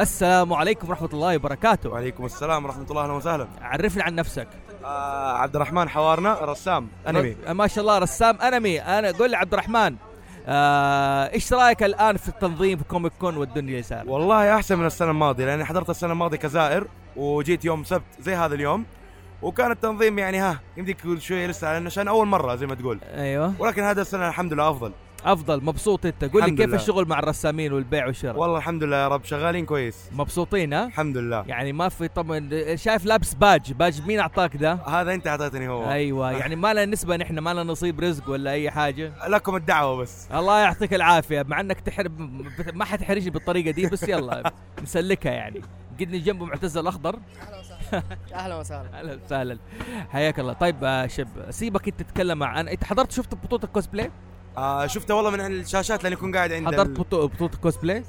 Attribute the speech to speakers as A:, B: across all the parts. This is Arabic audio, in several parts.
A: السلام عليكم ورحمة الله وبركاته
B: وعليكم السلام ورحمه الله اهلا وسهلا
A: عرفنا عن نفسك
B: آه عبد الرحمن حوارنا رسام انمي
A: ر- ما شاء الله رسام أنمي أنا قول لي عبد الرحمن آه، إيش رأيك الآن في التنظيم في كوميك كون والدنيا اللي صار
B: والله احسن من السنه الماضيه لاني حضرت السنه الماضيه كزائر وجيت يوم سبت زي هذا اليوم وكان التنظيم يعني ها يمديك كل شويه لسه لأن عشان اول مره زي ما تقول
A: أيوه
B: ولكن هذا السنه الحمد لله افضل
A: أفضل مبسوط أنت قول لي
B: الحمد
A: كيف
B: لله.
A: الشغل مع الرسامين والبيع والشراء
B: والله الحمد لله يا رب شغالين كويس
A: مبسوطين ها
B: الحمد لله
A: يعني ما في طبعا شايف لابس باج باج مين أعطاك ده
B: هذا انت اعطيتني هو
A: ايوه يعني ما لنا نسبه نحن ما لنا نصيب رزق ولا اي حاجه
B: لكم الدعوه بس
A: الله يعطيك العافيه مع انك تحرب ما حتحرجني بالطريقه دي بس يلا نسلكها يعني قدني جنبه معتز الاخضر
C: اهلا وسهلا
A: اهلا وسهلا حياك الله طيب آه، شب سيبك انت تتكلم عن انت حضرت شفت بطوله الكوسبلاي
B: آه شفته والله من الشاشات لاني كنت قاعد عند
A: حضرت
B: ال...
A: بطو- بطوله الكوسبلاي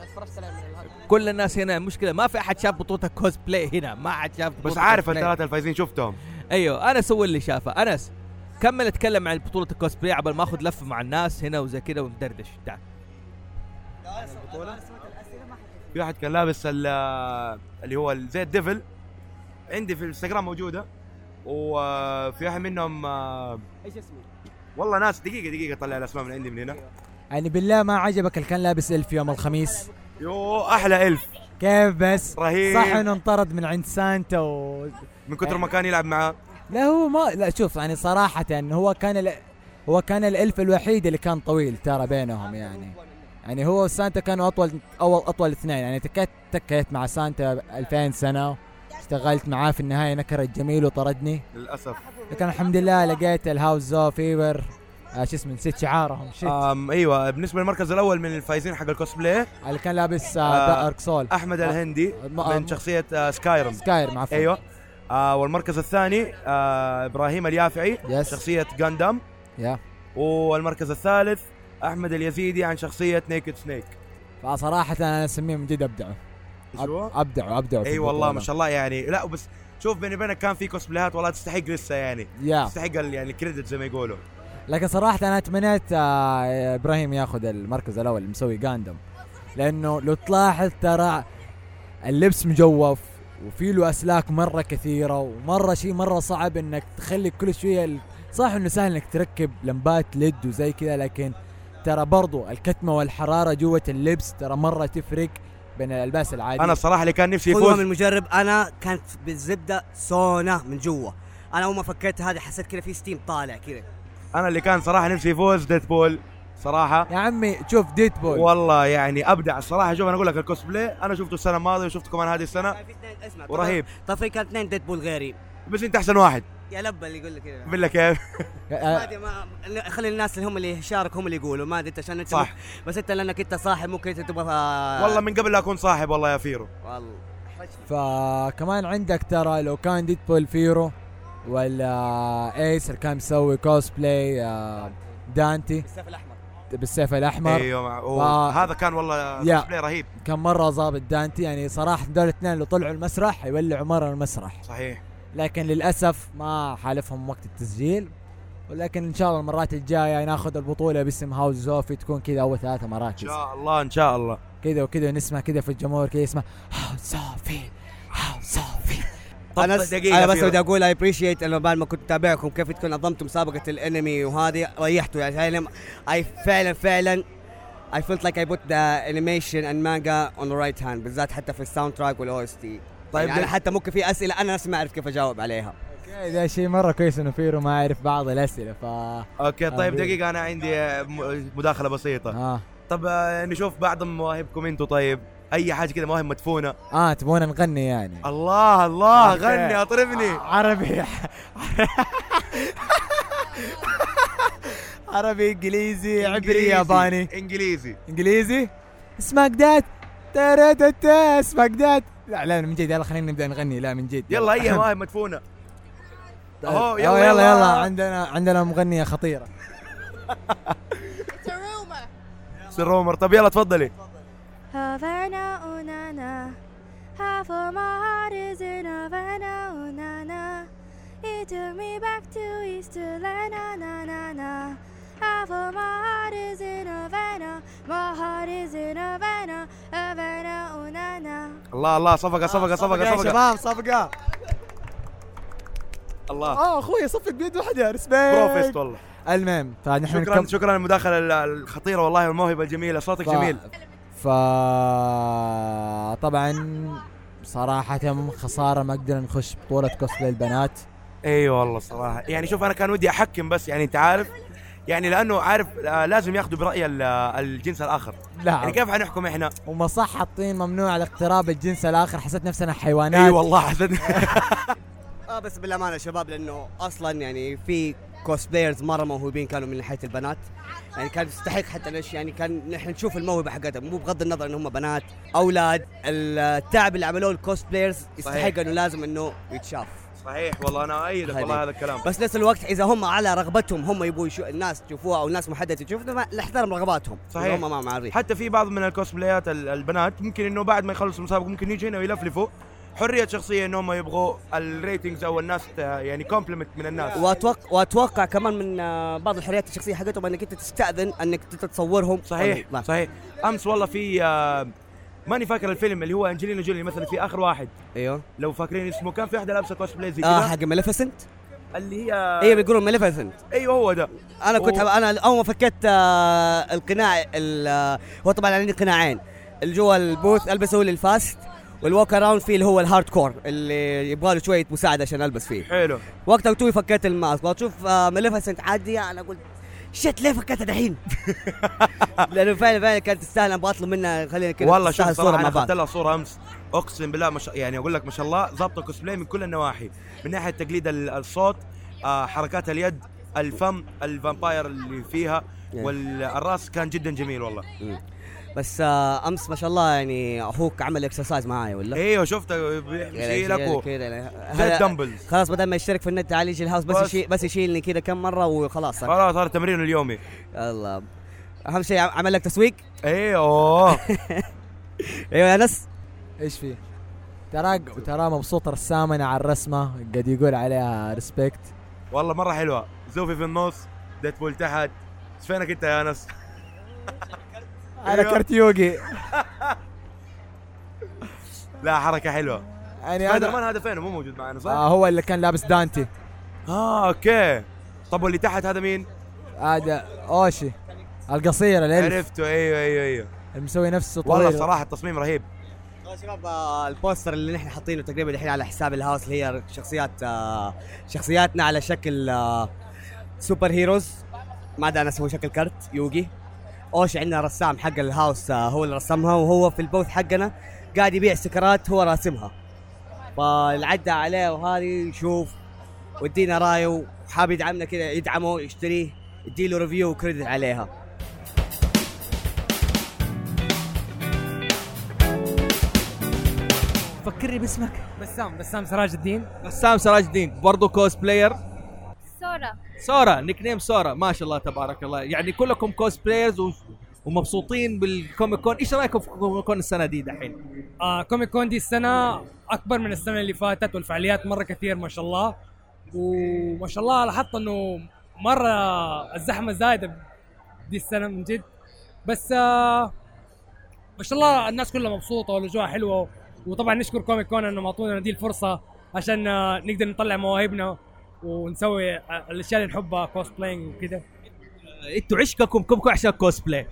A: كل الناس هنا مشكله ما في احد شاف بطوله الكوسبلاي هنا ما احد شاف
B: بس
A: بطولة
B: عارف
A: الكوسبلاي.
B: الثلاثه الفايزين شفتهم
A: ايوه انس هو اللي شافه انس كمل اتكلم عن بطوله الكوسبلاي عبال ما اخذ لفه مع الناس هنا وزي كذا وندردش تعال
B: في واحد كان لابس ال- اللي هو ال- زي الديفل عندي في الانستغرام موجوده وفي واحد منهم آه،
C: ايش اسمه؟
B: والله ناس دقيقه دقيقه طلع الاسماء من عندي من هنا
D: يعني بالله ما عجبك اللي كان لابس الف يوم الخميس
B: يو احلى الف
D: كيف بس
B: رهيب
D: صح انه انطرد من عند سانتا و...
B: من كثر ما كان يلعب معاه
D: لا هو ما لا شوف يعني صراحة هو كان ال... هو كان الالف الوحيد اللي كان طويل ترى بينهم يعني يعني هو وسانتا كانوا اطول اول اطول اثنين يعني تكيت تكيت مع سانتا 2000 سنة اشتغلت معاه في النهاية نكر الجميل وطردني
B: للاسف
D: لكن الحمد لله لقيت الهاوس زو فيبر آه، شو اسمه نسيت شعارهم شيت
B: آم ايوه بالنسبه للمركز الاول من الفايزين حق الكوسبلاي
D: اللي كان لابس
B: آه،
D: آه دارك سول
B: احمد الهندي
D: ما-
B: من شخصيه آه، سكايرم
D: سكاير عفوا
B: ايوه آه والمركز الثاني آه ابراهيم اليافعي
D: يس
B: شخصيه غاندام
D: يا
B: والمركز الثالث احمد اليزيدي عن شخصيه نيكد سنيك
D: فصراحة انا اسميه من جد ابدعوا
B: شو؟
D: أب- ابدعوا ابدعوا
B: اي والله ما شاء الله يعني لا بس شوف بيني وبينك كان في كوسبلايات والله تستحق لسه يعني
D: الله يا
B: تستحق ال- يعني الكريدت زي ما يقولوا
D: لكن صراحة انا تمنيت آه، ابراهيم ياخذ المركز الاول اللي مسوي جاندم لانه لو تلاحظ ترى اللبس مجوف وفي له اسلاك مره كثيره ومره شيء مره صعب انك تخلي كل شويه ال- صح انه سهل انك تركب لمبات ليد وزي كذا لكن ترى برضو الكتمه والحراره جوه اللبس ترى مره تفرق بين الالباس العاديه
B: انا الصراحه اللي كان نفسي
E: قدوه
B: يفوز
E: من المجرب انا كانت بالزبده سونا من جوا انا اول ما فكرت هذه حسيت كذا في ستيم طالع كذا
B: انا اللي كان صراحه نفسي يفوز ديت بول صراحه
D: يا عمي شوف ديت بول
B: والله يعني ابدع الصراحه شوف انا اقول لك الكوسبلاي انا شفته السنه الماضيه وشفته كمان هذه السنه
E: كان في اثنين اسمع طبعاً-
B: ورهيب
E: طبعا في كان اثنين ديد بول غيري
B: بس انت احسن واحد
E: يا لبه اللي يقول لك كذا
B: بالله كيف
E: ما
D: آه،
E: أدري ما خلي الناس اللي هم اللي شاركوا هم اللي يقولوا ما ادري انت عشان انت
B: صح.
E: بس انت لانك انت صاحب ممكن انت تبغى
D: آه.
B: والله من قبل لا اكون صاحب والله يا فيرو
E: والله
D: فكمان عندك ترى لو كان ديت بول فيرو ولا ايس اللي كان مسوي كوسبلاي آه، دانتي
E: بالسيف الاحمر
D: بالسيف الاحمر
B: ايوه مع-
D: ف-
B: وهذا كان والله
D: آه. يا.
B: كوسبلاي رهيب
D: كان مره ظابط دانتي يعني صراحه دول الاثنين اللي طلعوا المسرح يولعوا مره المسرح
B: صحيح
D: لكن للاسف ما حالفهم وقت التسجيل ولكن ان شاء الله المرات الجايه ناخذ البطوله باسم هاوس زوفي تكون كذا اول ثلاثه
B: ان
D: مراكز
B: شاء الله ان شاء الله
D: كذا وكذا نسمع كذا في الجمهور كذا يسمع هاوس زوفي هاوس زوفي
E: انا
B: طب
E: س-
B: دقيقة
E: انا بس
B: فيرو.
E: بدي اقول اي ابريشيت انه بعد ما كنت اتابعكم كيف تكون نظمتوا مسابقه الانمي وهذه ريحتوا يعني فعلا اي فعلا فعلا I felt like I put the animation and manga on the right hand بالذات حتى في الساوند تراك والاو اس تي
B: طيب
E: يعني أنا
B: ده-
E: حتى ممكن في اسئله انا نفسي ما اعرف كيف اجاوب عليها
D: ده شيء مره كويس انه فيرو ما يعرف بعض الاسئله ف
B: اوكي طيب
D: آه،
B: دقيقه انا عندي آه، م- مداخله بسيطه
D: اه
B: طب آه، نشوف بعض مواهبكم انتوا طيب اي حاجه كده مواهب مدفونه
D: اه تبغون نغني يعني
B: الله الله
D: أوكي.
B: غني
E: آه،
B: اطربني
D: عربي عربي انجليزي عبري ياباني
B: انجليزي
D: انجليزي سماك دات تاراتا سماك دات لا لا من جد يلا خلينا نبدا نغني لا من جد
B: يلا اي مواهب مدفونه أهو،
E: طيب.
D: أهو،
B: يلا،
D: يلا
B: يلا.
D: يلا عندنا عندنا مغنيه خطيره
B: سير رومر طب يلا تفضلي
F: Havana, unana. Half of my heart is in Havana, oh, unana. It took me back to Easterland, na na na na. Half of my heart is in Havana. oh, My heart is in Havana, Havana, unana.
B: الله الله صفقه
D: آه،
B: صفقه صفقه
E: آه، يا
B: صفقه
E: شباب صفقه
B: الله
D: آه،
E: اه اخوي صفق بيد واحده ريسبكت
B: بروفيست والله
D: المهم فنحن
B: شكرا
D: نكمل
B: شكرا للمداخله ال- الخطيره والله والموهبه الجميله صوتك
E: طيب.
D: ف-
B: جميل
D: ف طبعا صراحة خسارة ما قدرنا نخش بطولة كوسبلاي البنات
B: ايوه والله صراحه يعني شوف انا كان ودي احكم بس يعني انت عارف يعني لانه عارف آه، لازم ياخذوا براي ال- آه، الجنس الاخر يعني
D: لا
B: كيف حنحكم احنا
D: وما صح حاطين ممنوع على اقتراب الجنس الاخر حسيت نفسنا حيوانات
B: اي والله حسدني
E: اه بس بالامانه يا شباب لانه اصلا يعني في كوسبلايرز مره موهوبين كانوا من ناحيه البنات يعني كان يستحق حتى ليش يعني كان نحن نشوف الموهبه حقتهم مو بغض النظر ان هم بنات اولاد التعب اللي عملوه الكوسبلايرز يستحق انه لازم انه يتشاف
B: صحيح والله انا ايدك والله هذا الكلام
E: بس نفس الوقت اذا هم على رغبتهم هم يبغوا يشو... الناس تشوفوها او الناس محدده تشوفها ما- نحترم رغباتهم
B: صحيح.
E: هم ما معارضين
B: حتى في بعض من الكوسبلايات ال- البنات ممكن انه بعد ما يخلصوا المسابقه ممكن يجوا هنا ويلفلفوا حريه شخصيه انهم يبغوا الريتنجز او الناس ت- يعني كومبلمنت من الناس
E: واتوقع واتوقع كمان من آه، بعض الحريات الشخصيه حقتهم انك انت تستاذن انك انت تتصورهم
B: صحيح
E: ما-
B: صحيح امس والله في آه، ماني فاكر الفيلم اللي هو انجلينا جولي مثلا في اخر واحد
E: ايوه
B: لو فاكرين اسمه كان في واحده لابسه كوسبلاي زي
E: اه
B: كذا
E: حق ماليفيسنت
B: اللي آه، هي
E: ايوه بيقولوا ماليفيسنت
B: ايوه هو ده
E: انا كنت
B: أوه.
E: انا اول ما فكيت آه، القناع ال- آه، هو طبعا عندي قناعين اللي جوا البوث البس هو اللي الفاست والووك اراوند فيه اللي هو الهارد كور اللي يبغى له شويه مساعده عشان البس فيه
B: حلو
E: وقتها توي فكيت الماسك واشوف آه، ماليفيسنت عادية انا قلت شت ليه فكيتها دحين؟ لانه فعلا فعلا كانت تستاهل ابغى اطلب منها خلينا كذا
B: والله شوف
E: تستاهل صوره
B: صراحه
E: مع
B: انا
E: بعض
B: اخذت لها صوره امس اقسم بالله ما شاء يعني اقول لك ما شاء الله ظابطه كوسبلاي من كل النواحي من ناحيه تقليد ال- الصوت آه حركات اليد الفم الفامباير اللي فيها
E: يعني.
B: والراس كان جدا جميل والله
E: بس آه، امس ما شاء الله يعني اخوك عمل اكسرسايز معاي ولا؟
B: ايوه شفته بيشيلك و-
E: كذا يعني.
B: إيه، زي
E: هذا-
B: الدمبلز
E: خلاص بدل ما يشترك في النت تعال يجي الهاوس بس
B: بس.
E: يشيل بس يشيلني كذا كم مره وخلاص
B: خلاص صار تمرين اليومي
E: الله اهم شيء عم- عمل لك تسويق
B: ايوه
E: ايوه يا انس
D: ايش في؟ ترى ترى مبسوط رسامنا على الرسمة قد يقول عليها ريسبكت
B: والله مره حلوه زوفي في النص ديت بول تحت إيش فينك انت يا انس
D: على
B: أيوة.
D: كرت يوغي
B: لا حركه حلوه
D: يعني
B: سبايدر
D: هذا
B: مان هذا فينه مو موجود معنا صح؟
D: آه هو اللي كان لابس دانتي
B: اه اوكي طب واللي تحت هذا مين؟
D: هذا اوشي القصير الالف
B: عرفته ايوه ايوه ايوه
D: اللي مسوي نفسه طويل
B: والله صراحه التصميم رهيب
E: يا شباب آه، البوستر اللي نحن حاطينه تقريبا الحين على حساب الهاوس اللي هي شخصيات آه، شخصياتنا على شكل آه، سوبر هيروز ما عدا انس هو شكل كرت يوجي اوش عندنا رسام حق الهاوس آه، هو اللي رسمها وهو في البوث حقنا قاعد يبيع سكرات هو راسمها فالعدى عليه وهذه يشوف وادينا رايه وحاب يدعمنا كذا يدعمه يشتريه يديله ريفيو وكريدت عليها
A: فكرني باسمك
G: بسام بسام سراج الدين
A: بسام سراج الدين برضو كوس بلاير
F: سورا
A: سورا نيك نيم سورا ما شاء الله تبارك الله يعني كلكم كوس بلايرز و... ومبسوطين بالكوميك كون ايش رايكم في كوميك كون السنه دي دحين
G: آه كوميك كون دي السنه اكبر من السنه اللي فاتت والفعاليات مره كثير ما شاء الله وما شاء الله لاحظت انه مره الزحمه زايده دي السنه من جد بس آه ما شاء الله الناس كلها مبسوطه والاجواء حلوه وطبعا نشكر كوميك كون انهم اعطونا دي الفرصه عشان آه نقدر نطلع مواهبنا ونسوي آه، الاشياء اللي نحبها كوسبلاينج وكذا
A: آه، انتوا عشقكم كوميك كون عشان كوس بلاي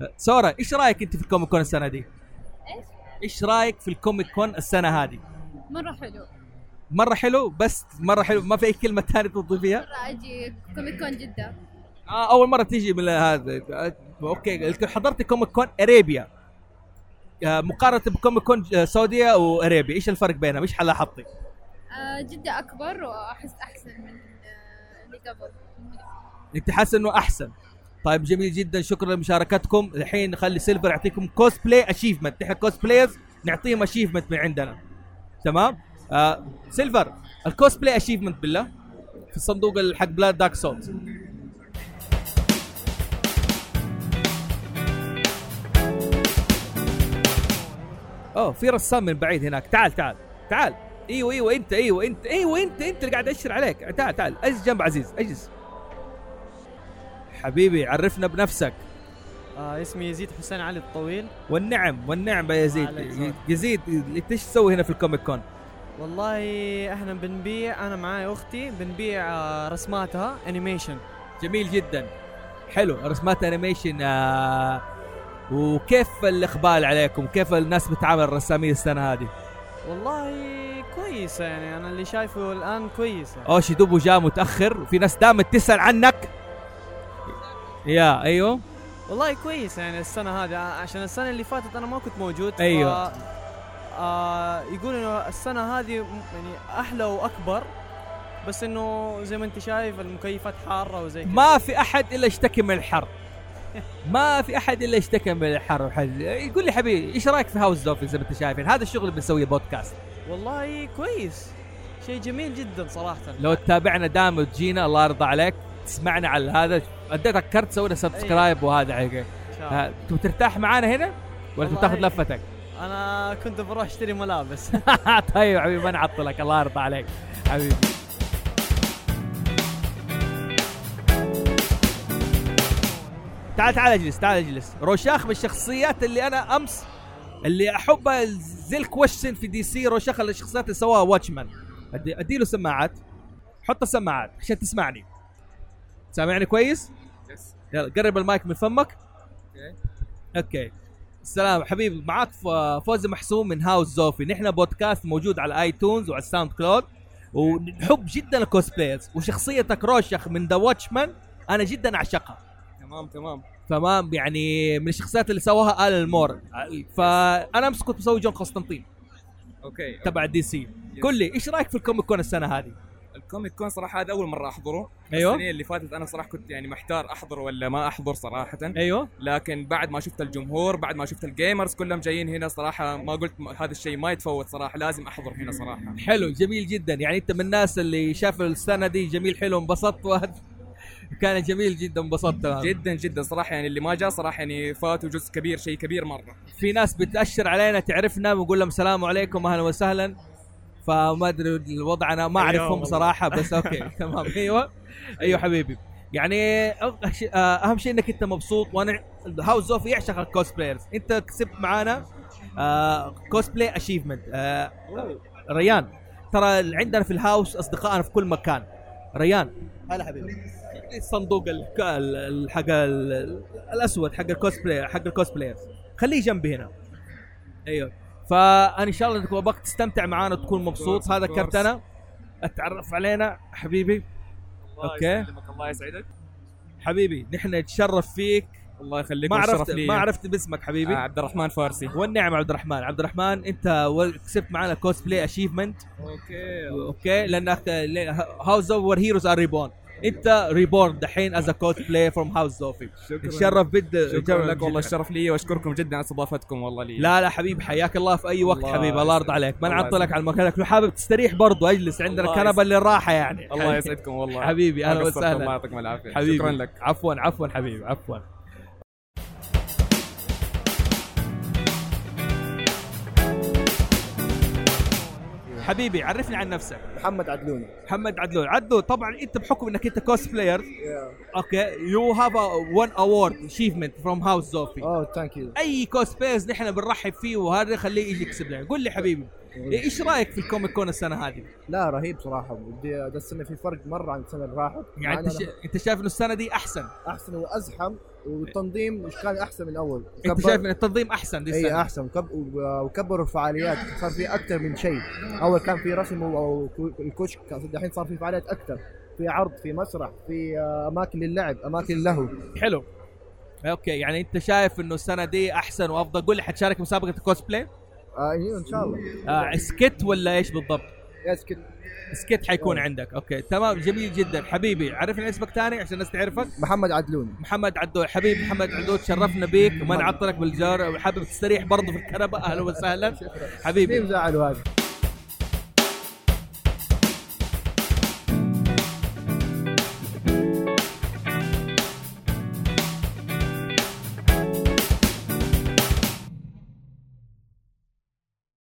A: آه، سورا ايش رايك انت في الكوميك كون السنه دي
H: ايش؟
A: ايش رايك في الكوميك كون السنه هذه
H: مرة حلو
A: مره حلو بس مره حلو ما في اي كلمه ثانيه تضيفيها
H: مرة اجي كوميك كون جدة
A: آه اول مره تيجي من هذا آه، اوكي الك- حضرت كوميك كون اريبيا آه، مقارنه بكوميك كون آه، سعوديه واريبيا ايش الفرق بينهم ايش حلاحظتي
H: آه جدة اكبر واحس احسن من آه، اللي قبل
A: انت حاسس انه احسن طيب جميل جدا شكرا لمشاركتكم الحين نخلي سيلفر يعطيكم كوسبلاي اشيفمنت نحن كوسبلايرز نعطيهم اشيفمنت من عندنا تمام آه سيلفر الكوسبلاي اشيفمنت بالله في الصندوق ال- حق بلاد دارك سولز اوه في رسام من بعيد هناك تعال تعال تعال ايوه ايوه انت ايوه انت ايوه انت انت اللي قاعد اشر عليك تعال تعال اجلس جنب عزيز اجلس حبيبي عرفنا بنفسك
I: آه اسمي يزيد حسين علي الطويل
A: والنعم والنعم يا يزيد
I: وعليك السلام.
A: يزيد ايش تسوي هنا في الكوميك كون؟
I: والله احنا بنبيع انا معاي اختي بنبيع آه، رسماتها انيميشن
A: جميل جدا حلو رسمات انيميشن آه وكيف الاقبال عليكم؟ كيف الناس بتعامل الرسامين السنه هذه؟
I: والله كويسه يعني انا اللي شايفه الان كويسه
A: اوش دوبو جاء متاخر في ناس دامت تسال عنك يا ايوه
I: والله كويسه يعني السنه هذه آه، عشان السنه اللي فاتت انا ما كنت موجود ف-
A: أيوة.
I: آه يقول انه السنه هذه م- يعني احلى واكبر بس انه زي ما انت شايف المكيفات حاره وزي كده
A: ما في احد الا اشتكى من الحر ما في احد الا اشتكى من الحر والحر. يقول لي حبيبي ايش رايك في هاوس دوفي زي ما انت شايفين هذا الشغل اللي بنسويه بودكاست
I: والله كويس شيء جميل جدا صراحه
A: لو تتابعنا دائما وتجينا الله يرضى عليك تسمعنا على هذا اديتك كرت سوي لنا سبسكرايب وهذا حقيقة
I: إن شاء الله.
A: ها، تبغى ترتاح معانا هنا ولا
I: آه. والله
A: تبغى تاخذ
I: إيه.
A: لفتك؟
I: انا كنت بروح اشتري ملابس
A: طيب حبيبي انا اعطلك الله يرضى عليك حبيبي تعال تعال اجلس تعال اجلس روشاخ من الشخصيات اللي انا امس اللي احبها زي الكويشن في دي سي روشاخ الشخصيات اللي سواها واتشمان أدي, ادي له سماعات حط السماعات عشان تسمعني سامعني كويس؟ يلا قرب المايك من فمك اوكي السلام حبيبي معاك ف- فوزي محسوم من هاوس زوفي نحن بودكاست موجود على ايتونز وعلى الساوند كلاود ونحب جدا الكوسبلايز وشخصيتك روشخ من ذا واتشمان انا جدا اعشقها
J: تمام تمام
A: تمام يعني من الشخصيات اللي سواها آل المور فانا امس كنت مسوي جون قسطنطين
J: اوكي
A: تبع دي سي قل لي ايش رايك في الكوميك كون السنه هذه؟
J: الكوميك كون صراحه هذا اول مره احضره
A: أيوة.
J: السنه اللي فاتت انا صراحه كنت يعني محتار احضر ولا ما احضر صراحه
A: ايوه
J: لكن بعد ما شفت الجمهور بعد ما شفت الجيمرز كلهم جايين هنا صراحه ما قلت م- هذا الشيء ما يتفوت صراحه لازم احضر هنا صراحه
A: حلو جميل جدا يعني انت من الناس اللي شاف السنه دي جميل حلو انبسطت وهذا- كان جميل جدا انبسطت
J: جدا جدا صراحه يعني اللي ما جاء صراحه يعني فاتوا جزء كبير شيء كبير مره
A: في ناس بتاشر علينا تعرفنا ونقول لهم السلام عليكم اهلا وسهلا فما ادري الوضع انا ما
J: أيوة
A: اعرفهم
J: والله.
A: صراحه بس اوكي تمام ايوه
J: أيوة.
A: ايوه حبيبي يعني أغ- ش- آه، اهم شيء انك انت مبسوط وانا هاوس اوف يعشق الكوسبلايرز انت كسبت معانا أه كوسبلاي اشيفمنت أه ريان ترى عندنا في الهاوس اصدقائنا في كل مكان ريان
C: هلا حبيبي
A: الصندوق الك- ال- ال- حق ال- الاسود حق الكوسبلاي حق الكوسبلايرز خليه جنبي هنا ايوه فانا ان شاء الله انك ابغاك تستمتع معانا وتكون مبسوط
J: course,
A: هذا
J: of
A: كرت
J: course.
A: انا اتعرف علينا حبيبي أوكي.
J: يسلمك الله يسعدك
A: حبيبي نحن نتشرف فيك
J: الله يخليك
A: ما
J: والشرف
A: عرفت
J: لي.
A: ما عرفت باسمك حبيبي
J: آه، عبد الرحمن فارسي
A: والنعم عبد الرحمن عبد الرحمن انت ول- كسبت معنا كوسبلاي اشيفمنت
J: اوكي
A: اوكي لانك هاوس اور هيروز ار ريبون انت ريبورن دحين از كوسبلاي فروم هاوس زوفي
J: شكرا
A: نتشرف بد
J: شكرا لك والله الشرف لي واشكركم جدا على استضافتكم والله لي
A: لا لا حبيبي حياك الله في اي وقت
J: الله
A: حبيبي الله يرضى
J: يسعدك.
A: عليك ما
J: الله
A: نعطلك
J: يسعدك.
A: على مكانك لو حابب تستريح برضو اجلس عندنا
J: الله
A: كنبه
J: يسعدك.
A: للراحه يعني
J: الله يسعدكم والله
A: حبيبي
J: ما
A: اهلا
J: قصرتم، الله
A: وسهلا
J: يعطيكم العافيه
A: حبيبي
J: شكرا لك
A: عفوا عفوا حبيبي عفوا حبيبي عرفني عن نفسك
K: محمد عدلوني
A: محمد عدلون عدلون طبعا انت بحكم انك انت كوست بلاير اوكي يو هاف وان اوورد اشيفمنت فروم هاوس زوفي
K: اوه ثانك يو
A: اي كوسبلايز نحن بنرحب فيه وهذا خليه يجي يكسب لنا قول لي حبيبي ايش رايك في الكوميك كون السنه هذه
K: لا رهيب صراحه بدي هذا السنه في فرق مره عن السنه اللي راحت
A: يعني انت
K: معنا
A: شا... انت شايف انه السنه دي احسن
K: احسن وازحم والتنظيم مش كان احسن من اول
A: انت شايف ان التنظيم احسن دي
K: اي
A: السنه
K: احسن وكب... وكبروا الفعاليات صار في اكثر من شيء اول كان في رسم و- والكشك الحين صار في فعاليات اكثر في عرض في مسرح في آه، اماكن للعب اماكن للهو
A: حلو اوكي يعني انت شايف انه السنه دي احسن وافضل قول لي حتشارك مسابقه الكوسبلاي
K: آه، ايوه ان شاء الله
A: آه سكت ولا ايش بالضبط
K: يس كده.
A: سكت حيكون عندك اوكي تمام جميل جدا حبيبي عرفني اسمك تاني عشان الناس تعرفك
K: محمد عدلوني
A: محمد عدو حبيبي محمد عدو تشرفنا بيك وما نعطلك بالجار حابب تستريح برضه في الكنبه اهلا وسهلا حبيبي
K: مين زعلوا هذا